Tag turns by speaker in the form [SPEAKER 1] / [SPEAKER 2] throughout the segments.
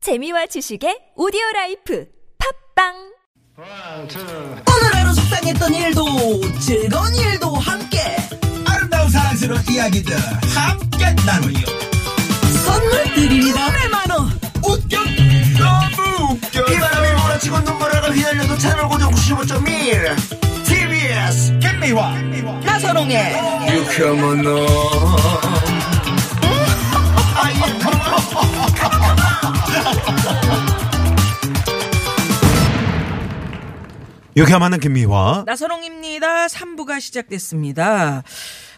[SPEAKER 1] 재미와 지식의 오디오 라이프 팝빵
[SPEAKER 2] One, two.
[SPEAKER 3] 오늘 하루 속상했던 일도 즐거운 일도 함께
[SPEAKER 4] 아름다운 사랑스러운 이야기들 함께 나누요
[SPEAKER 3] 선물 드립니다 100만원
[SPEAKER 4] 웃겨 너무 웃겨
[SPEAKER 5] 이 바람이 몰아치고 눈바람을 휘날려도 채널 고정 95.1 TBS
[SPEAKER 4] 김미화
[SPEAKER 3] 나선홍의
[SPEAKER 5] 유쾌한 너
[SPEAKER 6] 유쾌한 만남 김미화.
[SPEAKER 3] 나선홍입니다 3부가 시작됐습니다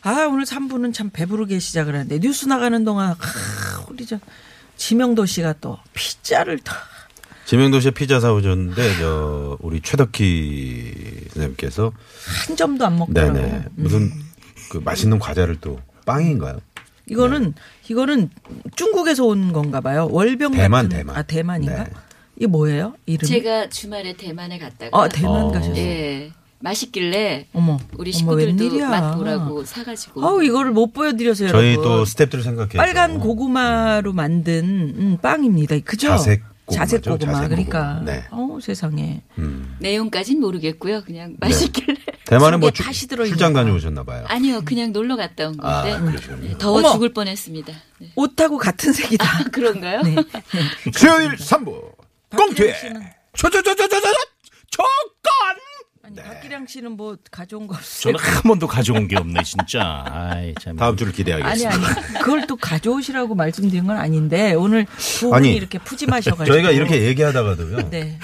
[SPEAKER 3] 아 오늘 3부는 참 배부르게 시작을 하는데 뉴스 나가는 동안 아, 우리 저 지명도 씨가 또 피자를 다
[SPEAKER 6] 지명도 씨의 피자 사오셨는데 저 우리 최덕희 선생님께서
[SPEAKER 3] 한 점도 안 먹더라고요.
[SPEAKER 6] 네네 무슨 그 맛있는 과자를 또 빵인가요? 네.
[SPEAKER 3] 이거는 이거는 중국에서 온 건가 봐요. 월병
[SPEAKER 6] 대만,
[SPEAKER 3] 같은-
[SPEAKER 6] 대만.
[SPEAKER 3] 아 대만인가?
[SPEAKER 6] 네.
[SPEAKER 3] 이게 뭐예요? 이름이?
[SPEAKER 7] 제가 주말에 대만에 갔다가
[SPEAKER 3] 아 대만
[SPEAKER 6] 어.
[SPEAKER 3] 가셨어요.
[SPEAKER 7] 예 맛있길래
[SPEAKER 3] 어머,
[SPEAKER 7] 우리
[SPEAKER 3] 어머,
[SPEAKER 7] 식구들도
[SPEAKER 3] 웬일이야.
[SPEAKER 7] 맛보라고 사가지고
[SPEAKER 3] 아우 이거를 못 보여드려서
[SPEAKER 6] 어. 저희
[SPEAKER 3] 여러분.
[SPEAKER 6] 또 스탭들 생각해서
[SPEAKER 3] 빨간 고구마로 만든 음, 빵입니다. 그죠?
[SPEAKER 6] 자색 고구마죠?
[SPEAKER 3] 자색 고구마.
[SPEAKER 6] 자색
[SPEAKER 3] 그러니까
[SPEAKER 6] 고구마. 네. 음.
[SPEAKER 3] 어 세상에
[SPEAKER 7] 내용까진 모르겠고요 그냥
[SPEAKER 3] 네.
[SPEAKER 7] 맛있길래
[SPEAKER 6] 대만에 뭐
[SPEAKER 3] 속에
[SPEAKER 6] 출-
[SPEAKER 3] 팥이 들어있는
[SPEAKER 6] 출장
[SPEAKER 3] 거.
[SPEAKER 6] 다녀오셨나 봐요.
[SPEAKER 7] 아니요 그냥 놀러 갔다 온 건데
[SPEAKER 6] 아, 그러시군요.
[SPEAKER 7] 더워
[SPEAKER 3] 어머!
[SPEAKER 7] 죽을 뻔했습니다 네.
[SPEAKER 3] 옷하고 같은 색이다.
[SPEAKER 7] 아, 그런가요
[SPEAKER 3] 네.
[SPEAKER 6] 수요일 3부 꽁트에
[SPEAKER 4] 저저저저저저 조건
[SPEAKER 6] 네.
[SPEAKER 3] 아니 박기량 씨는 뭐 가져온 거 없어요.
[SPEAKER 8] 저는 한 번도 가져온 게 없네 진짜. 아이 참.
[SPEAKER 6] 다음 주를
[SPEAKER 3] 아니
[SPEAKER 6] 기대하겠습니다.
[SPEAKER 3] 아니 그걸 또 가져오시라고 말씀드린 건 아닌데 오늘 두 분이
[SPEAKER 6] 아니,
[SPEAKER 3] 이렇게 푸짐하셔가지고
[SPEAKER 6] 저희가 이렇게 얘기하다가도요.
[SPEAKER 3] 네.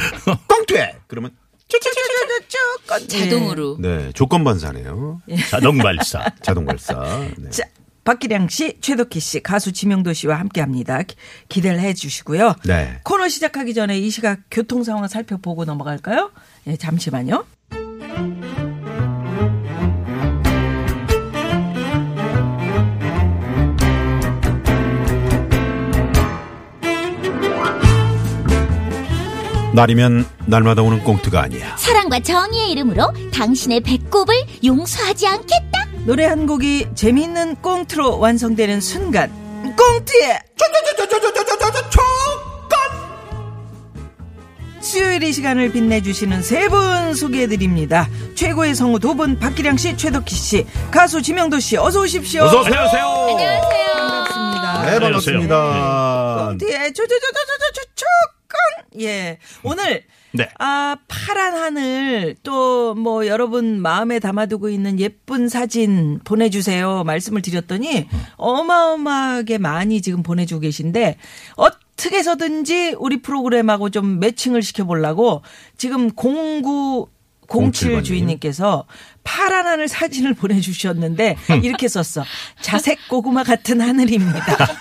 [SPEAKER 6] 꽁트에 그러면
[SPEAKER 3] 쭈쭈쭈쭈쭈
[SPEAKER 7] 자동으로
[SPEAKER 6] 네 조건 반사네요.
[SPEAKER 8] 자동 발사.
[SPEAKER 6] 자동 발사. 네.
[SPEAKER 3] 예. 자, 박기량 씨, 최덕희 씨, 가수 지명도 씨와 함께 합니다. 기- 기대를 해 주시고요.
[SPEAKER 6] 네.
[SPEAKER 3] 코너 시작하기 전에 이 시각 교통 상황 살펴보고 넘어갈까요? 예, 잠시만요.
[SPEAKER 6] 날이면 날마다 오는 꽁트가 아니야.
[SPEAKER 9] 사랑과 정의의 이름으로 당신의 배꼽을 용서하지 않겠다.
[SPEAKER 3] 노래 한 곡이 재미있는 꽁트로 완성되는 순간, 꽁트에
[SPEAKER 4] 저저저저저저저저 조건
[SPEAKER 3] 수요일 이 시간을 빛내주시는 세 분 소개해드립니다. 최고의 성우 두 분, 박기량 씨, 최덕희 씨, 가수 지명도 씨, 어서 오십시오.
[SPEAKER 6] 어서 오세요. 안녕하세요.
[SPEAKER 3] 반갑습니다.
[SPEAKER 6] 네,
[SPEAKER 8] 안녕하세요. 네.
[SPEAKER 6] 반갑습니다.
[SPEAKER 3] 어, 뒤에 아, 조조조조조조조건 예 오늘
[SPEAKER 8] 네.
[SPEAKER 3] 아 파란 하늘 또 뭐 여러분 마음에 담아두고 있는 예쁜 사진 보내주세요 말씀을 드렸더니 어마어마하게 많이 지금 보내주고 계신데 어떻게 해서든지 우리 프로그램하고 좀 매칭을 시켜보려고 지금 공구 07
[SPEAKER 6] 07
[SPEAKER 3] 주인님께서 파란 하늘 사진을 보내주셨는데 이렇게 썼어. 자색 고구마 같은 하늘입니다.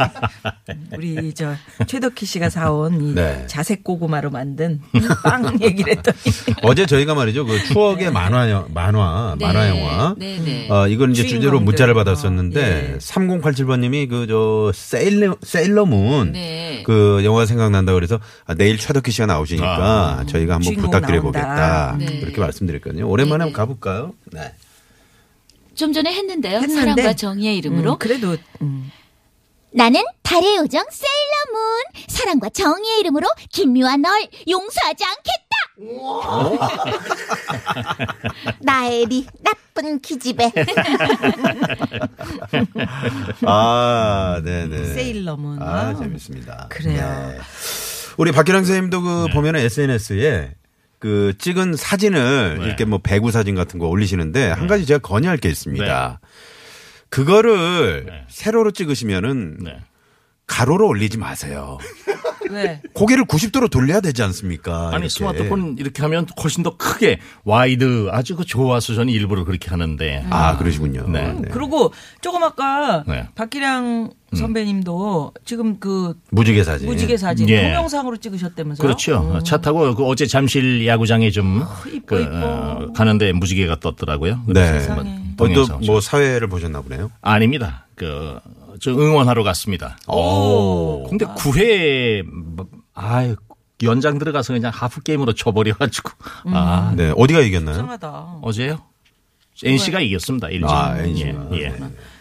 [SPEAKER 3] 우리 저 최덕희 씨가 사온 이
[SPEAKER 6] 네.
[SPEAKER 3] 자색 고구마로 만든 빵 얘기를 했더니
[SPEAKER 6] 어제 저희가 말이죠. 그 추억의
[SPEAKER 3] 네.
[SPEAKER 6] 만화, 여- 만화,
[SPEAKER 7] 네.
[SPEAKER 6] 만화 영화.
[SPEAKER 7] 네, 네.
[SPEAKER 6] 어, 이걸 이제 주제로
[SPEAKER 3] 주인공들.
[SPEAKER 6] 문자를
[SPEAKER 3] 예.
[SPEAKER 6] 받았었는데, 3087번님이 그, 저, 세일러, 세일러문.
[SPEAKER 7] 네.
[SPEAKER 6] 그 영화 생각난다 그래서 아, 내일 최덕희 씨가 나오시니까 저희가 한번
[SPEAKER 3] 아, 주인공
[SPEAKER 6] 부탁드려보겠다.
[SPEAKER 3] 나온다.
[SPEAKER 7] 네.
[SPEAKER 6] 그렇게 말씀드렸거든요. 오랜만에
[SPEAKER 7] 네, 네.
[SPEAKER 6] 한번 가볼까요? 네.
[SPEAKER 7] 좀 전에 했는데요
[SPEAKER 3] 했는데.
[SPEAKER 7] 사랑과 정의의 이름으로
[SPEAKER 3] 음, 그래도 음.
[SPEAKER 9] 나는 달의 요정 세일러문 사랑과 정의의 이름으로 김미와 널 용서하지 않겠다. 나엘이 나쁜 기집애.
[SPEAKER 6] 아, 네네.
[SPEAKER 3] 세일러문.
[SPEAKER 6] 아,
[SPEAKER 3] 아.
[SPEAKER 6] 재밌습니다. 네.
[SPEAKER 3] 그래요.
[SPEAKER 6] 우리 박기랑 선생님도 그
[SPEAKER 8] 네.
[SPEAKER 6] 보면은 SNS에 그 찍은 사진을
[SPEAKER 8] 네.
[SPEAKER 6] 이렇게 뭐 배구 사진 같은 거 올리시는데 한 가지 제가 건의할 게 있습니다. 그거를
[SPEAKER 8] 네.
[SPEAKER 6] 세로로 찍으시면은
[SPEAKER 8] 네.
[SPEAKER 6] 가로로 올리지 마세요.
[SPEAKER 3] 왜?
[SPEAKER 6] 고개를 90도로 돌려야 되지 않습니까?
[SPEAKER 8] 아니
[SPEAKER 6] 이렇게.
[SPEAKER 8] 스마트폰 이렇게 하면 훨씬 더 크게 와이드 아주 그 좋아서 저는 일부러 그렇게 하는데.
[SPEAKER 6] 아, 그러시군요.
[SPEAKER 8] 네.
[SPEAKER 3] 그리고 조금 아까
[SPEAKER 8] 네.
[SPEAKER 3] 박기량 선배님도 지금 그
[SPEAKER 6] 무지개 사진.
[SPEAKER 3] 무지개 사진
[SPEAKER 8] 예.
[SPEAKER 3] 동영상으로 찍으셨다면서요?
[SPEAKER 8] 그렇죠.
[SPEAKER 6] 음.
[SPEAKER 8] 차 타고 그 어제 잠실 야구장에 좀
[SPEAKER 6] 아,
[SPEAKER 3] 이뻐,
[SPEAKER 8] 그,
[SPEAKER 3] 이뻐.
[SPEAKER 8] 어, 가는데 무지개가 떴더라고요. 그래서
[SPEAKER 6] 네.
[SPEAKER 8] 뭐
[SPEAKER 6] 어,
[SPEAKER 8] 동영상
[SPEAKER 6] 또뭐 사회를 보셨나 보네요.
[SPEAKER 8] 아닙니다. 그 저 응원하러 갔습니다.
[SPEAKER 6] 오.
[SPEAKER 8] 근데 9회 아 연장 들어가서 그냥 하프 게임으로 쳐버려 가지고 아
[SPEAKER 6] 네. 어디가 이겼나요?
[SPEAKER 3] 이상하다.
[SPEAKER 8] 어제요? NC가 이겼습니다. 1점.
[SPEAKER 6] 아, NC 가.
[SPEAKER 8] 예. 예.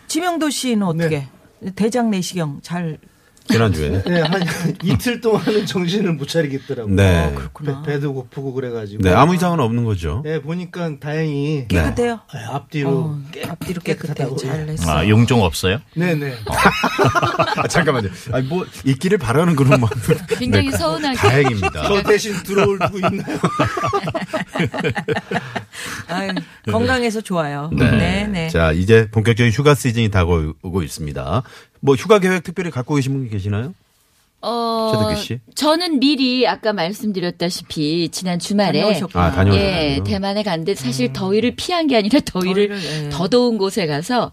[SPEAKER 3] 지명도 씨는 어떻게? 대장 내시경 잘
[SPEAKER 6] 지난주에.
[SPEAKER 10] 네, 한 이틀 동안은 정신을 못 차리겠더라고요.
[SPEAKER 3] 어,
[SPEAKER 6] 네.
[SPEAKER 3] 그
[SPEAKER 10] 배, 도 고프고 그래가지고.
[SPEAKER 6] 네, 아무 이상은 없는 거죠.
[SPEAKER 10] 네, 보니까 다행히
[SPEAKER 3] 깨끗해요.
[SPEAKER 10] 네, 앞뒤로
[SPEAKER 3] 어, 앞뒤로 깨끗해요.
[SPEAKER 10] 깨끗하다고. 예.
[SPEAKER 3] 잘했어.
[SPEAKER 8] 아, 용종 없어요?
[SPEAKER 10] 네네.
[SPEAKER 6] 아, 잠깐만요. 아니, 뭐, 있기를 바라는 네, 그런 마음.
[SPEAKER 7] 굉장히 서운하게.
[SPEAKER 6] 다행입니다.
[SPEAKER 10] 저 대신 들어올 누구 있나요?
[SPEAKER 3] 아유, 건강해서 좋아요.
[SPEAKER 6] 네.
[SPEAKER 3] 네, 네.
[SPEAKER 6] 자, 이제 본격적인 휴가 시즌이 다가오고 있습니다. 뭐 휴가 계획 특별히 갖고 계신 분 계시나요?
[SPEAKER 7] 어,
[SPEAKER 6] 최덕기 씨?
[SPEAKER 7] 저는 미리 아까 말씀드렸다시피 지난 주말에
[SPEAKER 3] 다녀오셨구나.
[SPEAKER 6] 아, 다녀오셨-
[SPEAKER 7] 예,
[SPEAKER 6] 다녀오셨군요.
[SPEAKER 7] 대만에 갔는데 사실 더위를 피한 게 아니라 더위를
[SPEAKER 3] 더위를, 예. 음.
[SPEAKER 7] 더 더운 곳에 가서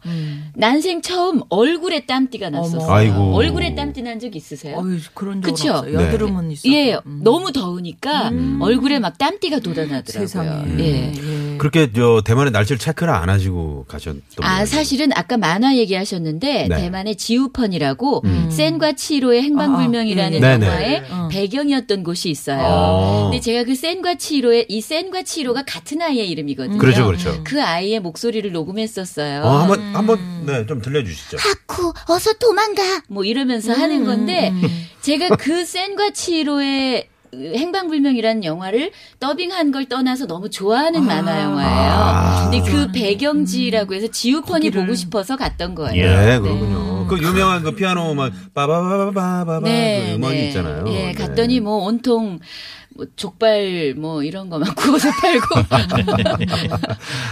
[SPEAKER 7] 난생 처음 얼굴에 땀띠가 났었어요.
[SPEAKER 6] 아이고.
[SPEAKER 7] 얼굴에 땀띠 난 적 있으세요?
[SPEAKER 3] 어유 그런 적은
[SPEAKER 7] 그쵸?
[SPEAKER 3] 없어요. 여드름은 있어.
[SPEAKER 7] 예, 너무 더우니까 얼굴에 막 땀띠가 돌아나더라고요.
[SPEAKER 3] 음. 세상에.
[SPEAKER 7] 예.
[SPEAKER 6] 음.
[SPEAKER 3] 예.
[SPEAKER 6] 그렇게 저 대만의 날씨를 체크를 안 하시고 가셨던
[SPEAKER 7] 아,
[SPEAKER 6] 모양이에요.
[SPEAKER 7] 사실은 아까 만화 얘기하셨는데
[SPEAKER 6] 뭐. 네.
[SPEAKER 7] 대만의 지우펀이라고 센과
[SPEAKER 3] 아,
[SPEAKER 7] 치로의 행방불명이라는
[SPEAKER 6] 아, 아, 예.
[SPEAKER 7] 영화의
[SPEAKER 6] 네네.
[SPEAKER 3] 어.
[SPEAKER 7] 배경이었던 곳이 있어요.
[SPEAKER 6] 아.
[SPEAKER 7] 근데 제가 그 센과 치로의 이 센과 치로가 같은 아이의 이름이거든요.
[SPEAKER 6] 그렇죠, 그렇죠.
[SPEAKER 7] 그 아이의 목소리를 녹음했었어요.
[SPEAKER 6] 어, 한번 한번 네, 좀 들려 주시죠.
[SPEAKER 9] 하쿠, 어서 도망가.
[SPEAKER 7] 뭐 이러면서
[SPEAKER 3] 음.
[SPEAKER 7] 하는 건데 제가 그 센과 치로의 행방불명이라는 영화를 더빙한 걸 떠나서 너무 좋아하는 만화 영화예요.
[SPEAKER 6] 아.
[SPEAKER 7] 근데 그 배경지라고 해서 지우펀이
[SPEAKER 3] 음. 거기를.
[SPEAKER 7] 보고 싶어서 갔던 거예요. 음.
[SPEAKER 8] 예.
[SPEAKER 6] 네, 그렇군요. 그 유명한 그 피아노 음악 빠바바바바바 그 음악이 있잖아요.
[SPEAKER 7] 네. 예,
[SPEAKER 6] 네.
[SPEAKER 7] 갔더니 뭐 온통 뭐 족발 뭐 이런 거만 구워서 팔고.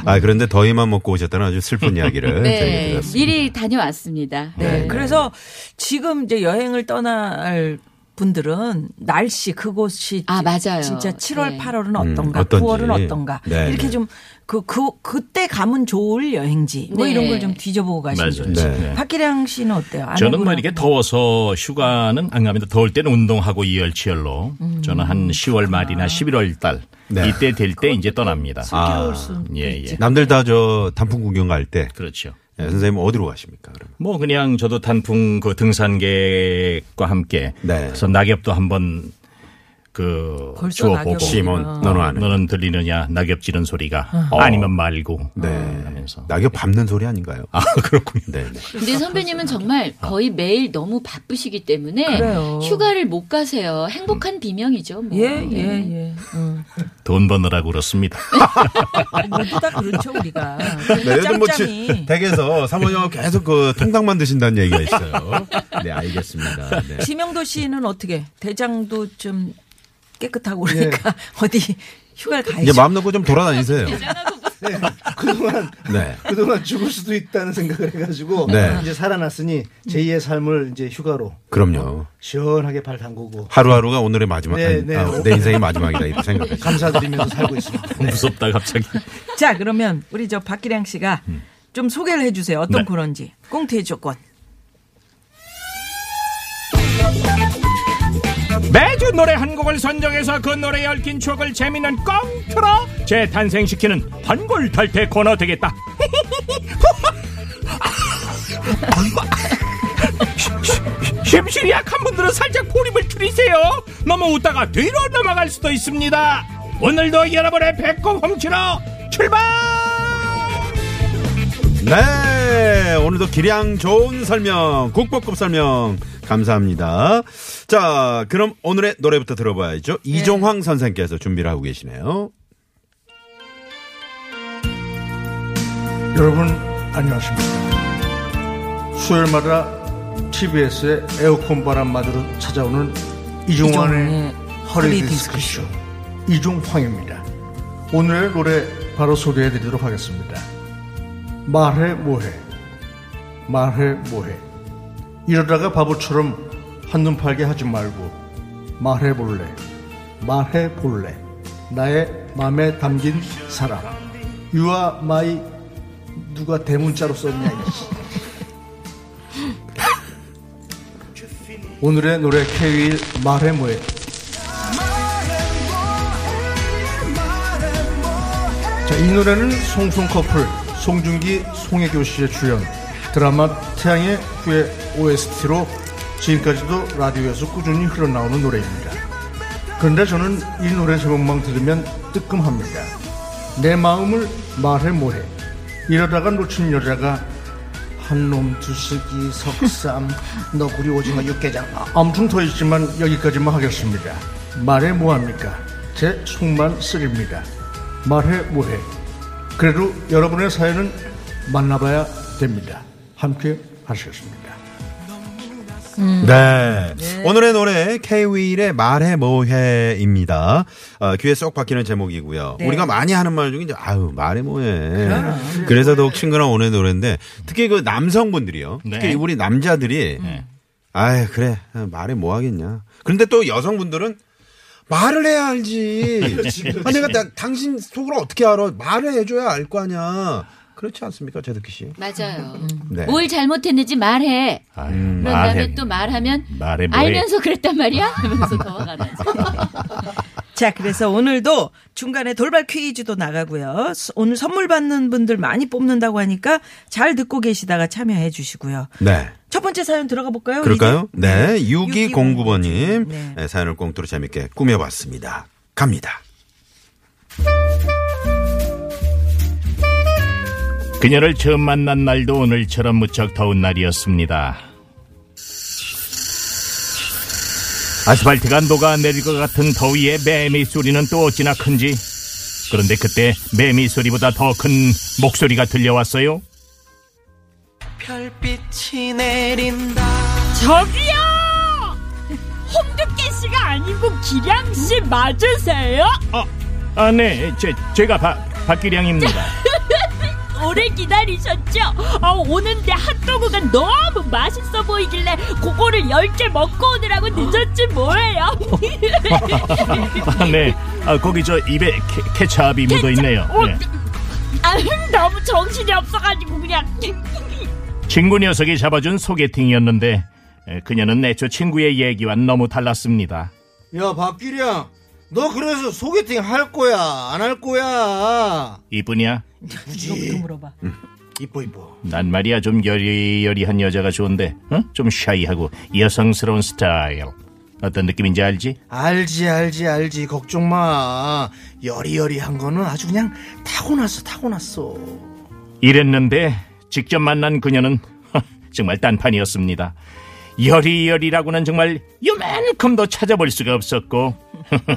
[SPEAKER 6] 아, 그런데 더위만 먹고 오셨다는 아주 슬픈 이야기를 저희가
[SPEAKER 7] 네.
[SPEAKER 6] 들었습니다.
[SPEAKER 7] 미리 다녀왔습니다.
[SPEAKER 3] 네.
[SPEAKER 7] 네.
[SPEAKER 3] 그래서 지금 이제 여행을 떠날 분들은 날씨 그곳이
[SPEAKER 7] 아, 맞아요.
[SPEAKER 3] 진짜 7월
[SPEAKER 7] 네.
[SPEAKER 3] 8월은
[SPEAKER 6] 음,
[SPEAKER 3] 어떤가
[SPEAKER 6] 어떤지.
[SPEAKER 3] 9월은 어떤가
[SPEAKER 6] 네,
[SPEAKER 3] 이렇게
[SPEAKER 6] 네.
[SPEAKER 3] 좀 그 그 그, 때 가면 좋을 여행지 뭐
[SPEAKER 7] 네.
[SPEAKER 3] 이런 걸 좀 뒤져보고 가시면
[SPEAKER 8] 맞아요.
[SPEAKER 3] 좋죠.
[SPEAKER 6] 네.
[SPEAKER 8] 네.
[SPEAKER 3] 박기량 씨는 어때요? 안
[SPEAKER 8] 저는 뭐
[SPEAKER 3] 해보나?
[SPEAKER 8] 이렇게 더워서 휴가는 안 갑니다. 더울 때는 운동하고 이열치열로
[SPEAKER 3] 음.
[SPEAKER 8] 저는 한 10월 말이나 11월 달
[SPEAKER 6] 네.
[SPEAKER 8] 이때 될 때 이제 떠납니다.
[SPEAKER 6] 아,
[SPEAKER 8] 예, 예.
[SPEAKER 6] 남들 다 저 단풍 구경 갈 때
[SPEAKER 8] 그렇죠.
[SPEAKER 6] 예, 선생님 은 어디로 가십니까? 그러면?
[SPEAKER 8] 뭐 그냥 저도 단풍 그 등산객과 함께
[SPEAKER 6] 네.
[SPEAKER 8] 그래서 낙엽도 한번 그
[SPEAKER 3] 벌써
[SPEAKER 8] 주워보고
[SPEAKER 3] 낙엽이구나. 심은
[SPEAKER 6] 너는 아는.
[SPEAKER 8] 너는 들리느냐 낙엽 지른 소리가
[SPEAKER 3] 어.
[SPEAKER 8] 아니면 말고 네. 하면서
[SPEAKER 6] 낙엽 밟는 소리 아닌가요?
[SPEAKER 8] 아 그렇군요.
[SPEAKER 6] 네, 네.
[SPEAKER 7] 근데 선배님은 정말 거의 매일 너무 바쁘시기 때문에
[SPEAKER 3] 그래요.
[SPEAKER 7] 휴가를 못 가세요. 행복한 비명이죠. 뭐.
[SPEAKER 3] 예, 예,
[SPEAKER 7] 네.
[SPEAKER 3] 예. 음.
[SPEAKER 8] 돈 버느라고 그렇습니다.
[SPEAKER 3] 모두 다 그렇죠, 우리가.
[SPEAKER 6] 네, 요즘 뭐 지-
[SPEAKER 3] 아, 짬짬이.
[SPEAKER 6] 댁에서 사모님하고 계속 그 통닭만 드신다는 얘기가 있어요. 네, 알겠습니다. 네.
[SPEAKER 3] 지명도 씨는 어떻게? 대장도 좀 깨끗하고 그러니까 어디 휴가를
[SPEAKER 6] 예. 이제
[SPEAKER 3] 가야죠.
[SPEAKER 6] 마음 놓고 좀 돌아다니세요.
[SPEAKER 10] 네, 그동안
[SPEAKER 6] 네.
[SPEAKER 10] 그동안 죽을 수도 있다는 생각을 해가지고
[SPEAKER 6] 네.
[SPEAKER 10] 이제 살아났으니 제2의 삶을 이제 휴가로
[SPEAKER 6] 그럼요.
[SPEAKER 10] 시원하게 발 담그고
[SPEAKER 6] 하루하루가 오늘의 마지막,
[SPEAKER 10] 네,
[SPEAKER 6] 아니,
[SPEAKER 10] 네.
[SPEAKER 6] 아, 내 인생의 마지막이다. 이렇게 생각하시죠.
[SPEAKER 10] 감사드리면서 살고 있습니다.
[SPEAKER 8] 무섭다 갑자기.
[SPEAKER 3] 자, 그러면 우리 저 박기량 씨가
[SPEAKER 6] 음.
[SPEAKER 3] 좀 소개를 해주세요. 어떤
[SPEAKER 8] 네.
[SPEAKER 3] 그런지. 꽁트의 조건.
[SPEAKER 8] 매주 노래 한 곡을 선정해서 그 노래에 얽힌 추억을 재미있는 꽁트로 재탄생시키는 환골탈태 코너 되겠다. 심신이 약한 분들은 살짝 포립을 줄이세요. 너무 웃다가 뒤로 넘어갈 수도 있습니다. 오늘도 여러분의 배꼽 훔치러 출발!
[SPEAKER 6] 네. 오늘도 기량 좋은 설명, 국보급 설명. 감사합니다. 자, 그럼 오늘의 노래부터
[SPEAKER 3] 네.
[SPEAKER 6] 들어봐야죠. 이종황 선생께서 준비를 하고 계시네요.
[SPEAKER 10] 여러분 안녕하십니까 수요일마다 TBS의 에어컨 바람 마저로 찾아오는 이종환의
[SPEAKER 3] 이종환의
[SPEAKER 10] 허리디스크쇼 이종황입니다 오늘의 노래 바로 소개해드리도록 하겠습니다 말해 뭐해 말해 뭐해 이러다가 바보처럼 한눈팔게 하지 말고 말해볼래 말해볼래 나의 맘에 담긴 사람 You are my 누가 대문자로 썼냐 이씨. 오늘의 노래 K.윌 말해 뭐해 자, 이 노래는 송송 커플 송중기 송혜교 씨의 출연 드라마 태양의 후예 OST로 지금까지도 라디오에서 꾸준히 흘러나오는 노래입니다. 그런데 저는 이 노래 제목만 들으면 뜨끔합니다. 내 마음을 말해 뭐해 이러다가 놓친 여자가 한놈 두쓰기 석삼 너구리 오징어 육개장 아, 엄청 더 있지만 여기까지만 하겠습니다 말해 뭐합니까 제 속만 쓰립니다 말해 뭐해 그래도 여러분의 사연은 만나봐야 됩니다 함께 하시겠습니다
[SPEAKER 6] 네. 오늘의 노래 K-윌의 말해 뭐해입니다. 어, 귀에 쏙 박히는 제목이고요.
[SPEAKER 11] 네.
[SPEAKER 6] 우리가 많이 하는 말 중에 이제 아유 말해 뭐해. 그래서 더욱 친근한 오늘의 노래인데 특히 그 남성분들이요. 특히 우리 남자들이 아유 그래 말해 뭐하겠냐. 그런데 또 여성분들은 말을 해야 알지. 아, 내가 나- 당신 속으로 어떻게 알아? 말을 해줘야 알 거 아니야. 그렇지 않습니까, 제덕기 씨?
[SPEAKER 12] 맞아요.
[SPEAKER 7] 음,
[SPEAKER 6] 네.
[SPEAKER 7] 뭐
[SPEAKER 12] 뭘 잘못했는지 말해. 그런 다음에 또 말하면
[SPEAKER 6] 말해
[SPEAKER 12] 알면서 그랬단 말이야? 하면서 더 화가 나지.
[SPEAKER 3] 자, 그래서 오늘도 중간에 돌발 퀴즈도 나가고요. 스- 오늘 선물 받는 분들 많이 뽑는다고 하니까 잘 듣고 계시다가 참여해 주시고요.
[SPEAKER 6] 네.
[SPEAKER 3] 첫 번째 사연 들어가 볼까요?
[SPEAKER 6] 그럴까요?
[SPEAKER 3] 이제?
[SPEAKER 6] 네. 6209번님 예,
[SPEAKER 3] 네.
[SPEAKER 6] 사연을 꽁투로 재밌게 꾸며봤습니다. 갑니다.
[SPEAKER 8] 그녀를 처음 만난 날도 오늘처럼 무척 더운 날이었습니다. 아스팔트가 녹아내릴 것 같은 더위에 매미 소리는 또 어찌나 큰지. 그런데 그때 매미 소리보다 더 큰 목소리가 들려왔어요.
[SPEAKER 13] 별빛이 내린다.
[SPEAKER 7] 저기요! 홍두깨 씨가 아니고 기량 씨 맞으세요?
[SPEAKER 8] 아, 네. 제, 제가 박, 박기량입니다.
[SPEAKER 7] 오래 기다리셨죠? 아, 오는데 핫도그가 너무 맛있어 보이길래 그거를 10개 먹고 오느라고 늦었지 뭐예요?
[SPEAKER 8] 아, 네. 아, 거기 저 입에 케, 케찹이 묻어 있네요.
[SPEAKER 7] 어, 아, 너무 정신이 없어가지고 그냥
[SPEAKER 8] 친구 녀석이 잡아준 소개팅이었는데 에, 그녀는 애초 친구의 얘기와 너무 달랐습니다.
[SPEAKER 14] 야 박규량 너 그래서 소개팅 할 거야 안 할 거야
[SPEAKER 8] 이쁘냐?
[SPEAKER 3] 이쁘지 물어봐
[SPEAKER 14] 이뻐 이뻐
[SPEAKER 8] 난 말이야 좀 여리여리한 여자가 좋은데 어? 좀 샤이하고 여성스러운 스타일. 어떤 느낌인지 알지?
[SPEAKER 14] 알지 알지 알지 걱정 마 여리여리한 거는 아주 그냥 타고났어 타고났어
[SPEAKER 8] 이랬는데 직접 만난 그녀는 정말 딴판이었습니다. 여리여리라고는 정말 요만큼도 찾아볼 수가 없었고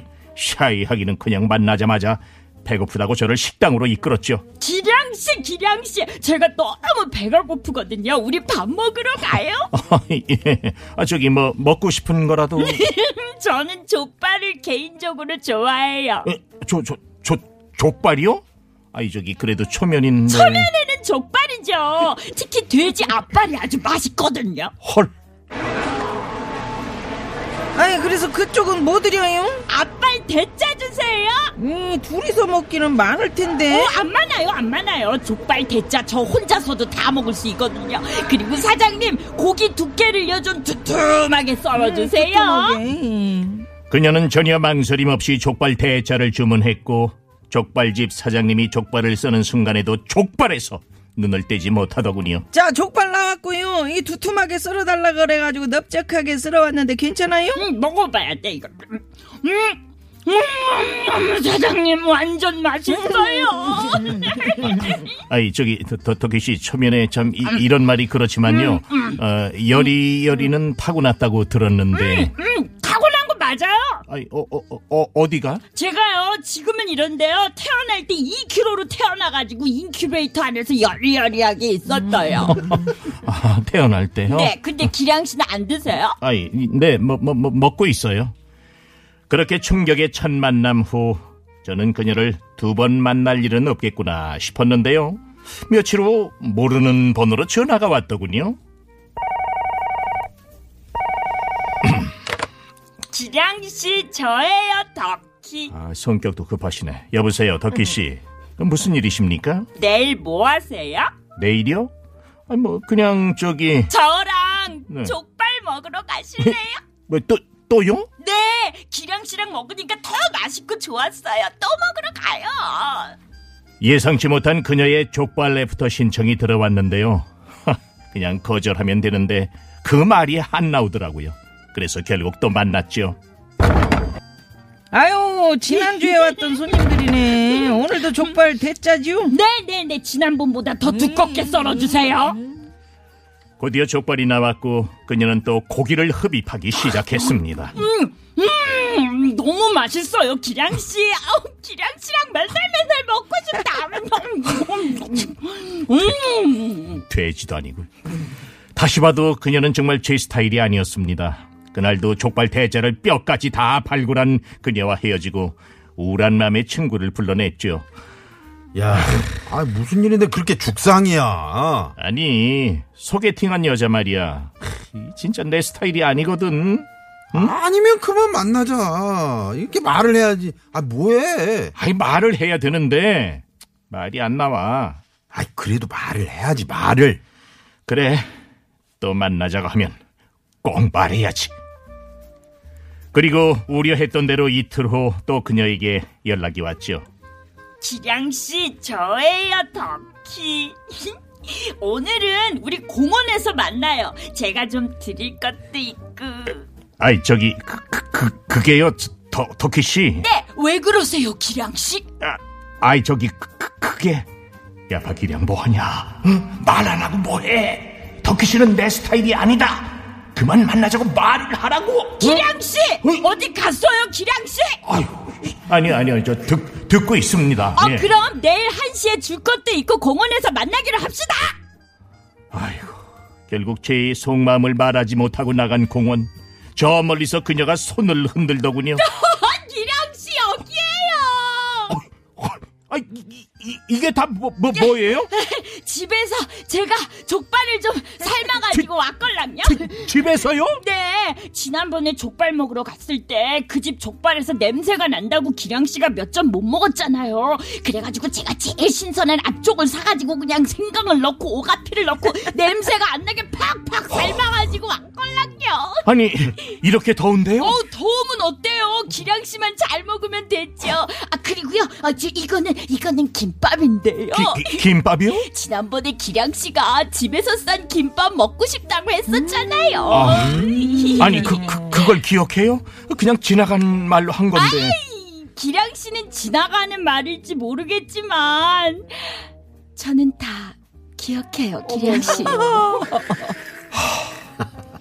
[SPEAKER 8] 샤이하기는 그냥 만나자마자 배고프다고 저를 식당으로 이끌었죠.
[SPEAKER 7] 기량 씨, 기량 씨, 제가 너무 배가 고프거든요. 우리 밥 먹으러 가요?
[SPEAKER 8] 예. 아, 저기 뭐 먹고 싶은 거라도
[SPEAKER 7] 네. 저는 족발을 개인적으로 좋아해요.
[SPEAKER 8] 예, 조조 조 족발이요? 아이 저기 그래도 초면인데 네.
[SPEAKER 7] 초면에는 족발이죠. 특히 돼지 앞발이 아주 맛있거든요.
[SPEAKER 8] 헐
[SPEAKER 3] 아니, 그래서 그쪽은 뭐 드려요?
[SPEAKER 7] 앞발 대짜 주세요.
[SPEAKER 3] 음, 둘이서 먹기는 많을 텐데.
[SPEAKER 7] 어, 안 많아요, 안 많아요. 족발 대짜 저 혼자서도 다 먹을 수 있거든요. 그리고 사장님 고기 두께를요 좀 음, 두툼하게 썰어주세요.
[SPEAKER 8] 그녀는 전혀 망설임 없이 족발 대짜를 주문했고 족발집 사장님이 족발을 쓰는 순간에도 족발에서 눈을 떼지 못하더군요.
[SPEAKER 3] 자, 족발 나왔고요. 이 두툼하게 썰어 달라 그래 가지고 넓적하게 썰어 왔는데 괜찮아요?
[SPEAKER 7] 음, 먹어 봐야 돼, 이거. 음, 음, 사장님 완전 맛있어요.
[SPEAKER 8] 아이 저기 더- 더- 더덕희 씨 초면에 참 이, 이런 말이 그렇지만요.
[SPEAKER 7] 음, 음.
[SPEAKER 8] 어, 여리여리는 타고났다고 들었는데
[SPEAKER 7] 음, 타고난 거 맞아요.
[SPEAKER 8] 아이 어, 어, 어, 어, 어디가?
[SPEAKER 7] 제가요 지금은 이런데요 태어날 때 2kg로 태어나가지고 인큐베이터 안에서 여리여리하게 있었어요.
[SPEAKER 8] 아, 태어날 때요?
[SPEAKER 7] 네, 근데 기량 씨는 안 드세요?
[SPEAKER 8] 아이, 네, 뭐, 뭐, 뭐, 먹고 있어요. 그렇게 충격의 첫 만남 후, 저는 그녀를 두 번 만날 일은 없겠구나 싶었는데요. 며칠 후, 모르는 번호로 전화가 왔더군요.
[SPEAKER 7] 기량 씨 저예요 덕희.
[SPEAKER 8] 아, 성격도 급하시네. 여보세요, 덕기 씨. 무슨 일이십니까?
[SPEAKER 7] 내일 뭐 하세요?
[SPEAKER 8] 내일이요? 아, 뭐, 그냥 저기,
[SPEAKER 7] 저랑
[SPEAKER 8] 네.
[SPEAKER 7] 족발 먹으러 가실래요?
[SPEAKER 8] 뭐, 또, 또요?
[SPEAKER 7] 네, 기량 씨랑 먹으니까 더 맛있고 좋았어요. 또 먹으러 가요.
[SPEAKER 8] 예상치 못한 그녀의 족발 애프터 신청이 들어왔는데요. 그냥 거절하면 되는데 그 말이 안 나오더라고요. 그래서 결국 또 만났죠.
[SPEAKER 3] 아유, 지난주에 왔던 손님들이네. 오늘도 족발 대짜지요?
[SPEAKER 7] 네, 네, 네. 지난번보다 더 두껍게 썰어주세요.
[SPEAKER 8] 곧이어 족발이 나왔고 그녀는 또 고기를 흡입하기 시작했습니다.
[SPEAKER 7] 음, 음, 너무 맛있어요, 기량 씨. 아우, 기량 씨랑 맨날 맨날 먹고 싶다.
[SPEAKER 8] 음. 돼지도 아니고. 다시 봐도 그녀는 정말 제 스타일이 아니었습니다. 그날도 족발 대자를 뼈까지 다 발굴한 그녀와 헤어지고 우울한 마음의 친구를 불러냈죠.
[SPEAKER 6] 야, 아 무슨 일인데 그렇게 죽상이야?
[SPEAKER 8] 아니 소개팅한 여자 말이야. 진짜 내 스타일이 아니거든.
[SPEAKER 6] 응? 아니면 그만 만나자. 이렇게 말을 해야지. 아 뭐해?
[SPEAKER 8] 아니 말을 해야 되는데 말이 안 나와.
[SPEAKER 6] 아이 그래도 말을 해야지 말을.
[SPEAKER 8] 그래 또 만나자고 하면 꼭 말해야지. 그리고 우려했던 대로 이틀 후 또 그녀에게 연락이 왔죠.
[SPEAKER 7] 기량 씨, 저예요, 덕키. 오늘은 우리 공원에서 만나요. 제가 좀 드릴 것도 있고.
[SPEAKER 8] 아이 저기 그, 그, 그 그게요, 더 덕키 씨.
[SPEAKER 7] 네, 왜 그러세요, 기량 씨?
[SPEAKER 8] 아, 아이 저기 그, 그 그게. 야, 박기량 뭐하냐? 응? 말안 하고 뭐해? 덕키 씨는 내 스타일이 아니다. 그만 만나자고 말을 하라고.
[SPEAKER 7] 기량 씨, 응? 어디 갔어요, 기량 씨?
[SPEAKER 8] 아유, 아니 아니요, 저 듣, 듣고 있습니다.
[SPEAKER 7] 어, 예. 그럼 내일 1 시에 줄 것도 있고 공원에서 만나기로 합시다.
[SPEAKER 8] 아이고, 결국 제 속마음을 말하지 못하고 나간 공원. 저 멀리서 그녀가 손을 흔들더군요.
[SPEAKER 7] 어, 기량 씨 여기에요.
[SPEAKER 8] 어, 어, 아, 이, 이, 이게 다 뭐, 뭐, 뭐예요?
[SPEAKER 7] 집에서 제가 족발을 좀 삶아가지고 왔걸랑요?
[SPEAKER 8] 집에서요?
[SPEAKER 7] 네. 지난번에 족발 먹으러 갔을 때 그 집 족발에서 냄새가 난다고 기량씨가 몇 점 못 먹었잖아요. 그래가지고 제가 제일 신선한 앞쪽을 사가지고 그냥 생강을 넣고 오가피를 넣고 냄새가 안 나게 팍팍 삶아가지고 왔걸랑요.
[SPEAKER 8] 아니, 이렇게 더운데요?
[SPEAKER 7] 어, 더우면 어때요? 기량씨만 잘 먹으면 됐죠. 아, 그리고요. 아, 저, 이거는, 이거는 김밥인데요.
[SPEAKER 8] 기, 기, 김밥이요?
[SPEAKER 7] 지난번에 기량 씨가 집에서 싼 김밥 먹고 싶다고 했었잖아요. 아,
[SPEAKER 8] 니 그, 그 그걸 기억해요? 그냥 지나간 말로 한 건데.
[SPEAKER 7] 아이, 기량 씨는 지나가는 말일지 모르겠지만 저는 다 기억해요, 기량 씨.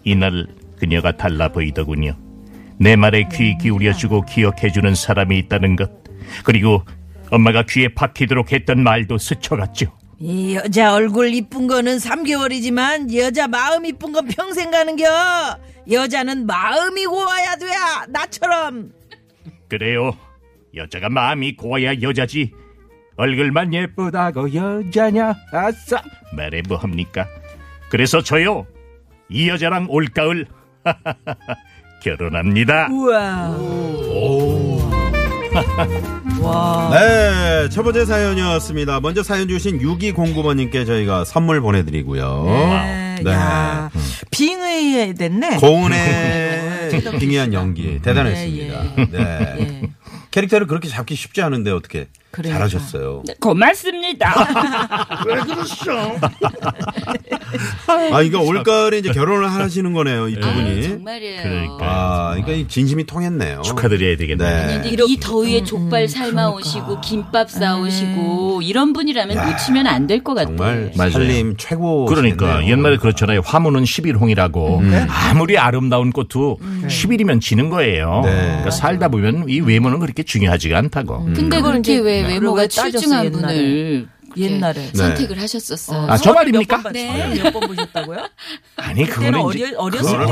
[SPEAKER 8] 이날 그녀가 달라 보이더군요. 내 말에 귀 기울여주고 기억해주는 사람이 있다는 것, 그리고 엄마가 귀에 박히도록 했던 말도 스쳐갔죠.
[SPEAKER 3] 이 여자 얼굴 이쁜 거는 3개월이지만 여자 마음 이쁜 건 평생 가는겨. 여자는 마음이 고와야 돼야 나처럼.
[SPEAKER 8] 그래요. 여자가 마음이 고와야 여자지. 얼굴만 예쁘다고 여자냐? 아싸. 말해 뭐합니까? 그래서 저요. 이 여자랑 올가을 결혼합니다.
[SPEAKER 3] 우와. 오.
[SPEAKER 6] 와. 네, 첫 번째 사연이었습니다. 먼저 사연 주신 6209번님께 저희가 선물 보내드리고요.
[SPEAKER 3] 네. 네. 야, 음. 빙의 됐네.
[SPEAKER 6] 고은의 빙의한 연기. 대단했습니다. 네, 예, 예. 네. 예. 그러니까. 캐릭터를 그렇게 잡기 쉽지 않은데 어떻게 그래요. 잘하셨어요.
[SPEAKER 7] 네, 고맙습니다.
[SPEAKER 4] 왜 그러시죠?
[SPEAKER 6] 아, 이거 올가을에 이제 결혼을 하시는 거네요, 이 두 분이.
[SPEAKER 12] 아, 정말이에요.
[SPEAKER 6] 그러니까. 아, 그러니까 진심이 통했네요.
[SPEAKER 8] 축하드려야 되겠네요.
[SPEAKER 12] 네. 이
[SPEAKER 7] 음,
[SPEAKER 12] 더위에 족발 삶아 오시고 그러니까. 김밥 싸
[SPEAKER 7] 네.
[SPEAKER 12] 오시고 이런 분이라면 야, 놓치면 안 될 것 같아요.
[SPEAKER 6] 정말 맞아요. 살림 최고.
[SPEAKER 8] 네. 그러니까 시네요. 옛말에 그렇잖아요. 화무는 11홍이라고. 음. 아무리 아름다운 꽃도 음. 10일이면 지는 거예요. 네. 그러니까 살다 보면 이 외모는 그렇게 중요하지가 않다고.
[SPEAKER 12] 음. 근데 그렇게 왜 외모가 출중한 분을
[SPEAKER 3] 옛날에 네.
[SPEAKER 12] 선택을 하셨었어요.
[SPEAKER 8] 아, 저 말입니까?
[SPEAKER 3] 네. 몇 번 보셨다고요?
[SPEAKER 8] 아니, 그거는 어려,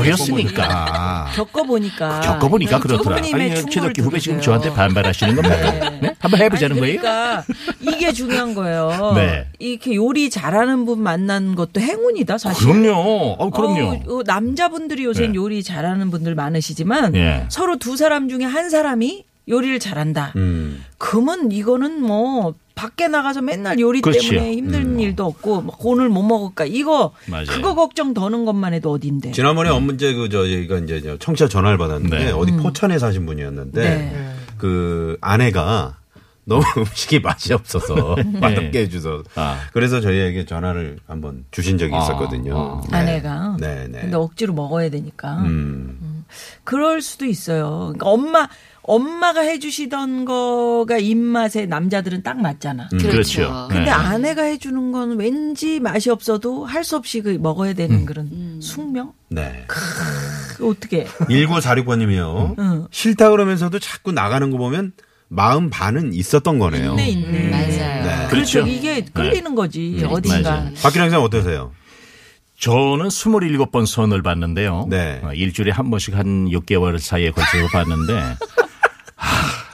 [SPEAKER 6] 아,
[SPEAKER 8] 어렸으니까. 아,
[SPEAKER 3] 겪어보니까.
[SPEAKER 8] 겪어보니까 그렇더라. 아니, 최덕기 후배 지금 저한테 반발하시는 건가요? 네? 한번 해보자는
[SPEAKER 3] 아니, 그러니까 거예요? 이게 중요한 거예요. 네. 이렇게 요리 잘하는 분 만난 것도 행운이다, 사실.
[SPEAKER 8] 그럼요. 어, 그럼요.
[SPEAKER 3] 어, 남자분들이 요새 네. 요리 잘하는 분들 많으시지만 네. 서로 두 사람 중에 한 사람이 요리를 잘한다. 음. 그러면 이거는 뭐 밖에 나가서 맨날 요리 그렇지요. 때문에 힘든 음. 일도 없고 막 오늘 못 먹을까 이거 맞아요. 그거 걱정 더는 것만 해도 어딘데
[SPEAKER 6] 지난번에
[SPEAKER 8] 네.
[SPEAKER 6] 음. 문제 그저 저희가 이제 청취자 전화를 받았는데 네. 어디 포천에 사신 분이었는데 네. 그 아내가 너무 음식이 맛이 없어서 맛없게 네. 해주서 아. 그래서 저희에게 전화를
[SPEAKER 8] 아.
[SPEAKER 6] 한번 주신 적이 있었거든요. 네.
[SPEAKER 3] 아. 내가 네. 네, 근데 억지로 먹어야 되니까. 음. 그럴 수도 있어요. 그러니까 엄마 엄마가 해주시던 거가 입맛에 남자들은 딱 맞잖아.
[SPEAKER 8] 음, 그렇죠.
[SPEAKER 3] 근데
[SPEAKER 8] 네.
[SPEAKER 3] 아내가 해주는 건 왠지 맛이 없어도 할 수 없이 그 먹어야
[SPEAKER 8] 음.
[SPEAKER 3] 되는 그런 숙명?
[SPEAKER 6] 네.
[SPEAKER 3] 그 어떻게?
[SPEAKER 6] 1946번님이요.
[SPEAKER 3] 응.
[SPEAKER 6] 싫다 그러면서도 자꾸 나가는 거 보면 마음 반은 있었던 거네요.
[SPEAKER 3] 있네 있네.
[SPEAKER 12] 맞아요.
[SPEAKER 6] 네.
[SPEAKER 3] 음. 그렇죠.
[SPEAKER 8] 그렇죠.
[SPEAKER 3] 이게 끌리는 거지
[SPEAKER 8] 네,
[SPEAKER 3] 어딘가.
[SPEAKER 8] 맞아요.
[SPEAKER 6] 박기량 씨 어떠세요?
[SPEAKER 8] 저는 27번 선을 봤는데요. 어, 일주일에 한 번씩 한 6개월 사이에 걸쳐서 봤는데. 하,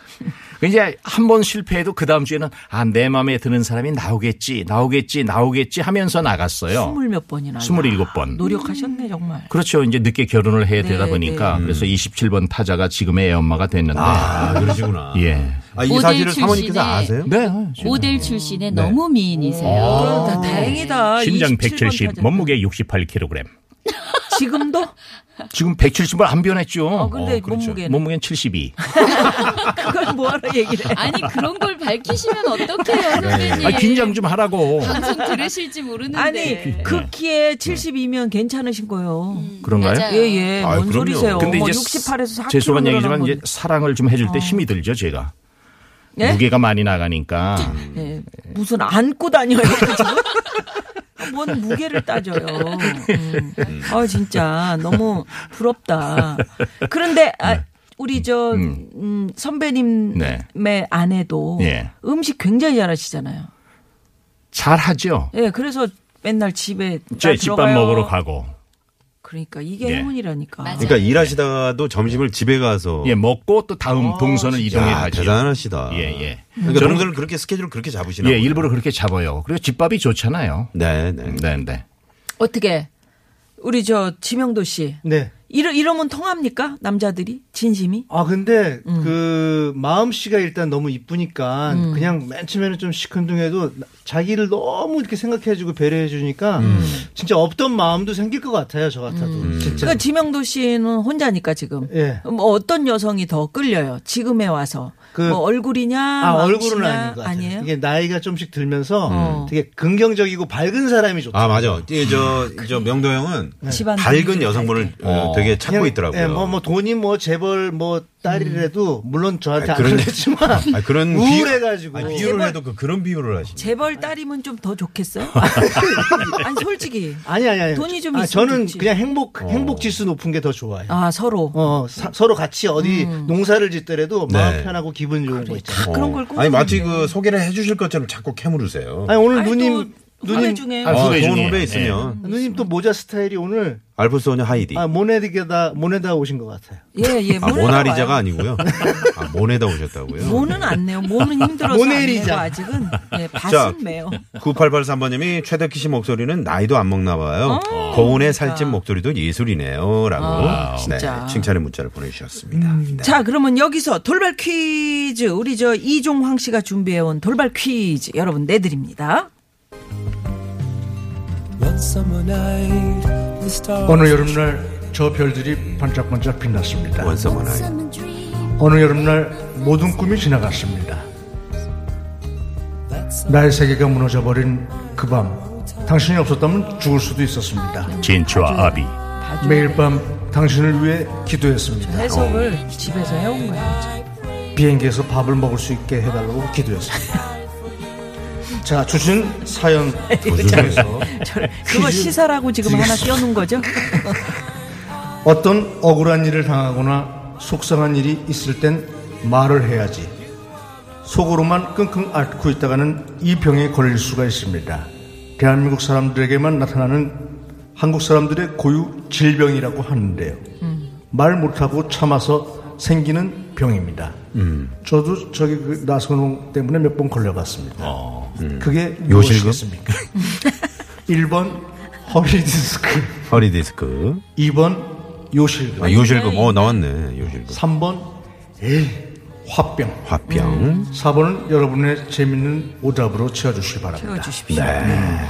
[SPEAKER 8] 이제 한 번 실패해도 그 다음 주에는 아, 내 마음에 드는 사람이 나오겠지, 나오겠지, 나오겠지 하면서 나갔어요.
[SPEAKER 3] 스물 몇 번이나.
[SPEAKER 8] 27번.
[SPEAKER 3] 노력하셨네 정말.
[SPEAKER 8] 그렇죠. 이제 늦게 결혼을 해야 되다
[SPEAKER 3] 네,
[SPEAKER 8] 보니까
[SPEAKER 3] 네.
[SPEAKER 8] 그래서 27번 타자가 지금의 애 엄마가 됐는데.
[SPEAKER 6] 아, 그러시구나.
[SPEAKER 8] 예.
[SPEAKER 6] 아,
[SPEAKER 12] 모델 사실을 사모님께서 출신의- 아세요?
[SPEAKER 8] 네.
[SPEAKER 12] 모델 출신의 너무
[SPEAKER 7] 아.
[SPEAKER 12] 미인이세요.
[SPEAKER 3] 어. 아, 다 다행이다.
[SPEAKER 8] 신장
[SPEAKER 3] 27
[SPEAKER 8] 170,
[SPEAKER 3] 타자.
[SPEAKER 8] 몸무게 68kg.
[SPEAKER 3] 지금도?
[SPEAKER 8] 지금 170은 안 변했죠. 그렇죠.
[SPEAKER 3] 어, 근데 몸무게는?
[SPEAKER 8] 몸무게는 72.
[SPEAKER 3] 그걸 뭐하러 얘기를 해.
[SPEAKER 12] 아니 그런 걸 밝히시면 어떡해요 선배님.
[SPEAKER 8] 아, 긴장 좀 하라고.
[SPEAKER 12] 방송 들으실지 모르는데.
[SPEAKER 3] 아니 그 키에 72면 괜찮으신 거예요.
[SPEAKER 8] 그런가요? 맞아요.
[SPEAKER 3] 예예.
[SPEAKER 8] 아이,
[SPEAKER 3] 뭔
[SPEAKER 8] 그럼요.
[SPEAKER 3] 소리세요?
[SPEAKER 8] 근데
[SPEAKER 3] 뭐
[SPEAKER 8] 이제
[SPEAKER 3] 68에서 4
[SPEAKER 8] 죄송한 얘기지만 이제 사랑을 좀 해줄 때
[SPEAKER 3] 어.
[SPEAKER 8] 힘이 들죠, 제가.
[SPEAKER 3] 예?
[SPEAKER 8] 무게가 많이 나가니까.
[SPEAKER 3] 예. 무슨 안고 다녀요? 지금? 뭔 무게를 따져요. 음. 아 진짜 너무 부럽다. 그런데
[SPEAKER 8] 음.
[SPEAKER 3] 아, 우리 저 음, 선배님의 아내도
[SPEAKER 8] 네. 예.
[SPEAKER 3] 음식 굉장히 잘하시잖아요.
[SPEAKER 8] 잘하죠.
[SPEAKER 3] 예, 그래서 맨날 집에 나
[SPEAKER 8] 제 집밥
[SPEAKER 3] 들어가요.
[SPEAKER 8] 먹으러 가고.
[SPEAKER 3] 그러니까 이게
[SPEAKER 8] 예.
[SPEAKER 3] 행운이라니까.
[SPEAKER 6] 그러니까 일하시다가도 점심을 집에 가서
[SPEAKER 8] 예, 먹고 또
[SPEAKER 3] 어,
[SPEAKER 8] 다음 동선을 이동해
[SPEAKER 6] 야,
[SPEAKER 8] 가죠.
[SPEAKER 6] 대단하시다.
[SPEAKER 8] 예, 예.
[SPEAKER 6] 그러니까
[SPEAKER 8] 저는-
[SPEAKER 6] 동선을 그렇게 스케줄을 그렇게 잡으시나
[SPEAKER 8] 예,
[SPEAKER 6] 보네요.
[SPEAKER 8] 일부러 그렇게 잡아요. 그리고 집밥이 좋잖아요.
[SPEAKER 6] 네, 네.
[SPEAKER 8] 네, 네.
[SPEAKER 3] 어떻게 우리 저 지명도 씨
[SPEAKER 10] 네.
[SPEAKER 3] 이러 이러면 통합니까 남자들이 진심이?
[SPEAKER 10] 아 근데 그 마음씨가 일단 너무 이쁘니까
[SPEAKER 3] 음.
[SPEAKER 10] 그냥 맨 처음에는 좀 시큰둥해도 나- 자기를 너무 이렇게 생각해주고 배려해주니까
[SPEAKER 3] 음.
[SPEAKER 10] 진짜 없던 마음도 생길 것 같아요 저 같아도 진짜
[SPEAKER 3] 그러니까 지명도 씨는 혼자니까 지금.
[SPEAKER 10] 네. 예.
[SPEAKER 3] 뭐 어떤 여성이 더 끌려요? 지금에 와서
[SPEAKER 10] 그-
[SPEAKER 3] 뭐 얼굴이냐?
[SPEAKER 10] 아 얼굴은
[SPEAKER 3] 마음씨냐?
[SPEAKER 10] 아닌 것 같아요
[SPEAKER 3] 아니에요?
[SPEAKER 10] 이게 나이가 좀씩 들면서
[SPEAKER 3] 음.
[SPEAKER 10] 되게 긍정적이고 밝은 사람이 좋다
[SPEAKER 6] 아, 맞아. 이 저, 저 명도 형은
[SPEAKER 3] 네. 집안
[SPEAKER 6] 밝은 여성분을 어, 되게 찾고
[SPEAKER 10] 그냥,
[SPEAKER 6] 있더라고요. 음.
[SPEAKER 10] 예, 뭐, 뭐 돈이 뭐 재벌 뭐 딸이라도 물론 저한테
[SPEAKER 6] 아니, 그런-
[SPEAKER 10] 안 그랬지만
[SPEAKER 6] 아, 그런 비유-
[SPEAKER 10] 우울해가지고
[SPEAKER 6] 아니,
[SPEAKER 3] 예, 뭐
[SPEAKER 6] 비유를 해도 그, 그런 비유를 하시네.
[SPEAKER 3] 재벌 딸이면 좀 더 좋겠어요? 아니 솔직히
[SPEAKER 10] 아니 아니 아니
[SPEAKER 3] 돈이 좀
[SPEAKER 10] 아,
[SPEAKER 3] 있으면
[SPEAKER 10] 저는
[SPEAKER 3] 좋지.
[SPEAKER 10] 그냥 행복
[SPEAKER 6] 어.
[SPEAKER 10] 행복 지수 높은 게 더 좋아요.
[SPEAKER 3] 아 서로
[SPEAKER 10] 어 사- 서로 같이 어디 농사를 짓더라도
[SPEAKER 6] 네.
[SPEAKER 10] 마음 편하고 기분 좋은
[SPEAKER 3] 그러니까.
[SPEAKER 10] 거 있잖아요.
[SPEAKER 3] 그런 걸
[SPEAKER 6] 아니, 마치 그 소개를 해주실 것처럼 자꾸 캐물으세요.
[SPEAKER 10] 아니 오늘
[SPEAKER 3] 아니,
[SPEAKER 10] 누님
[SPEAKER 3] 또 후배
[SPEAKER 10] 누님
[SPEAKER 3] 중에
[SPEAKER 8] 아,
[SPEAKER 6] 어,
[SPEAKER 8] 후배
[SPEAKER 6] 좋은
[SPEAKER 8] 중에.
[SPEAKER 6] 후배 있으면.
[SPEAKER 10] 누님 또 모자 스타일이 오늘
[SPEAKER 6] 알프소녀 하이디.
[SPEAKER 3] 뭐,
[SPEAKER 10] 아 모네디게다 모네다 오신 것 같아요.
[SPEAKER 3] 예예
[SPEAKER 6] 아, 모나리자가 아니고요. 아, 모네다 오셨다고요.
[SPEAKER 3] 모는 안 내요. 모는 힘들어서
[SPEAKER 10] 모네리자.
[SPEAKER 3] 안 내고 아직은 예,
[SPEAKER 6] 자.
[SPEAKER 3] 밭은 매요.
[SPEAKER 6] 9883번님이 최덕기 씨 목소리는 나이도 안 먹나 봐요. 고운의 살찐 목소리도 예술이네요. 라고
[SPEAKER 3] 그러니까. 아,
[SPEAKER 6] 네,
[SPEAKER 3] 진짜. 음.
[SPEAKER 6] 칭찬의 문자를 보내주셨습니다. 네.
[SPEAKER 3] 자, 그러면 여기서 돌발 퀴즈. 우리 저 이종황 씨가 준비해온 돌발 퀴즈. 여러분 내드립니다.
[SPEAKER 10] 어느 여름날 저 별들이 반짝반짝 빛났습니다.
[SPEAKER 6] 원서만 하이.
[SPEAKER 3] 음.
[SPEAKER 10] 어느 여름날 모든 꿈이 지나갔습니다. 나의 세계가 무너져버린 그 밤 당신이 없었다면 죽을 수도 있었습니다.
[SPEAKER 8] 진추와 아비.
[SPEAKER 10] 매일 밤 당신을 위해 기도했습니다.
[SPEAKER 3] 해석을 집에서 해온 거야.
[SPEAKER 10] 비행기에서 밥을 먹을 수 있게 해달라고 기도했습니다. 자 주신 사연 도중에서
[SPEAKER 3] 저를 그거 시사라고 지금 하나 껴놓은 거죠?
[SPEAKER 10] 어떤 억울한 일을 당하거나 속상한 일이 있을 땐 말을 해야지. 속으로만 끙끙 앓고 있다가는 이 병에 걸릴 수가 있습니다. 대한민국 사람들에게만 나타나는 한국 사람들의 고유 질병이라고 하는데요. 말 못하고 참아서 생기는 병입니다.
[SPEAKER 6] 음.
[SPEAKER 10] 저도 저기 그 나선홍 때문에 몇 번 걸려봤습니다. 그게
[SPEAKER 6] 아, 음. 요실금?
[SPEAKER 10] 무엇이겠습니까? 1번 허리디스크.
[SPEAKER 6] 허리디스크.
[SPEAKER 10] 2번 요실금
[SPEAKER 6] 아,
[SPEAKER 3] 음.
[SPEAKER 6] 요실금. 어, 나왔네. 요실금.
[SPEAKER 10] 3번 에이 화병
[SPEAKER 6] 화병.
[SPEAKER 3] 음.
[SPEAKER 10] 4번은 여러분의 재밌는 오답으로 채워주시기 바랍니다
[SPEAKER 3] 채워주십시오.
[SPEAKER 6] 네.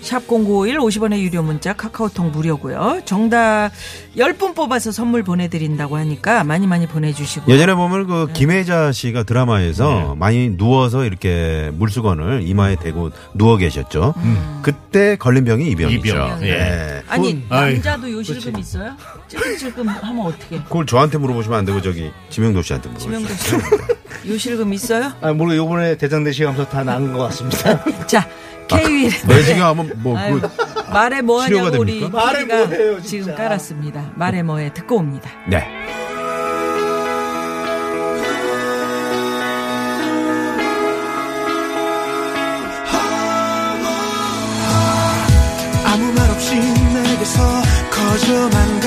[SPEAKER 3] 샵 0951 50원의 유료 문자 카카오톡 무료고요. 정답 10분 뽑아서 선물 보내드린다고 하니까 많이 많이 보내주시고요.
[SPEAKER 6] 예전에 보면
[SPEAKER 3] 음.
[SPEAKER 6] 그 김혜자 씨가 드라마에서 많이 누워서 이렇게 물수건을 이마에 대고 누워 계셨죠. 그때 걸린 병이 이병이죠.
[SPEAKER 8] 이병, 예.
[SPEAKER 3] 음. 아니
[SPEAKER 6] 아이,
[SPEAKER 3] 남자도 요실금 있어요? 찔끔찔끔 하면 어떻게?
[SPEAKER 6] 그걸 저한테 물어보시면 안 되고 저기 지명도 씨한테 물어보세요.
[SPEAKER 3] 지명도 씨 요실금 있어요?
[SPEAKER 10] 아, 모르고 요번에 대장내시 하면서 다 나은 것 같습니다.
[SPEAKER 3] 자, K
[SPEAKER 6] 내시경 하면 뭐 그-
[SPEAKER 3] 아이고, 말해
[SPEAKER 6] 치료가
[SPEAKER 3] 뭐하냐고 우리
[SPEAKER 6] 됩니까?
[SPEAKER 10] 말해
[SPEAKER 3] PD가
[SPEAKER 10] 뭐해요, 진짜.
[SPEAKER 3] 지금 깔았습니다. 말해 뭐해 듣고 옵니다.
[SPEAKER 6] 네.
[SPEAKER 4] 아무 말 없이 내게서 거저만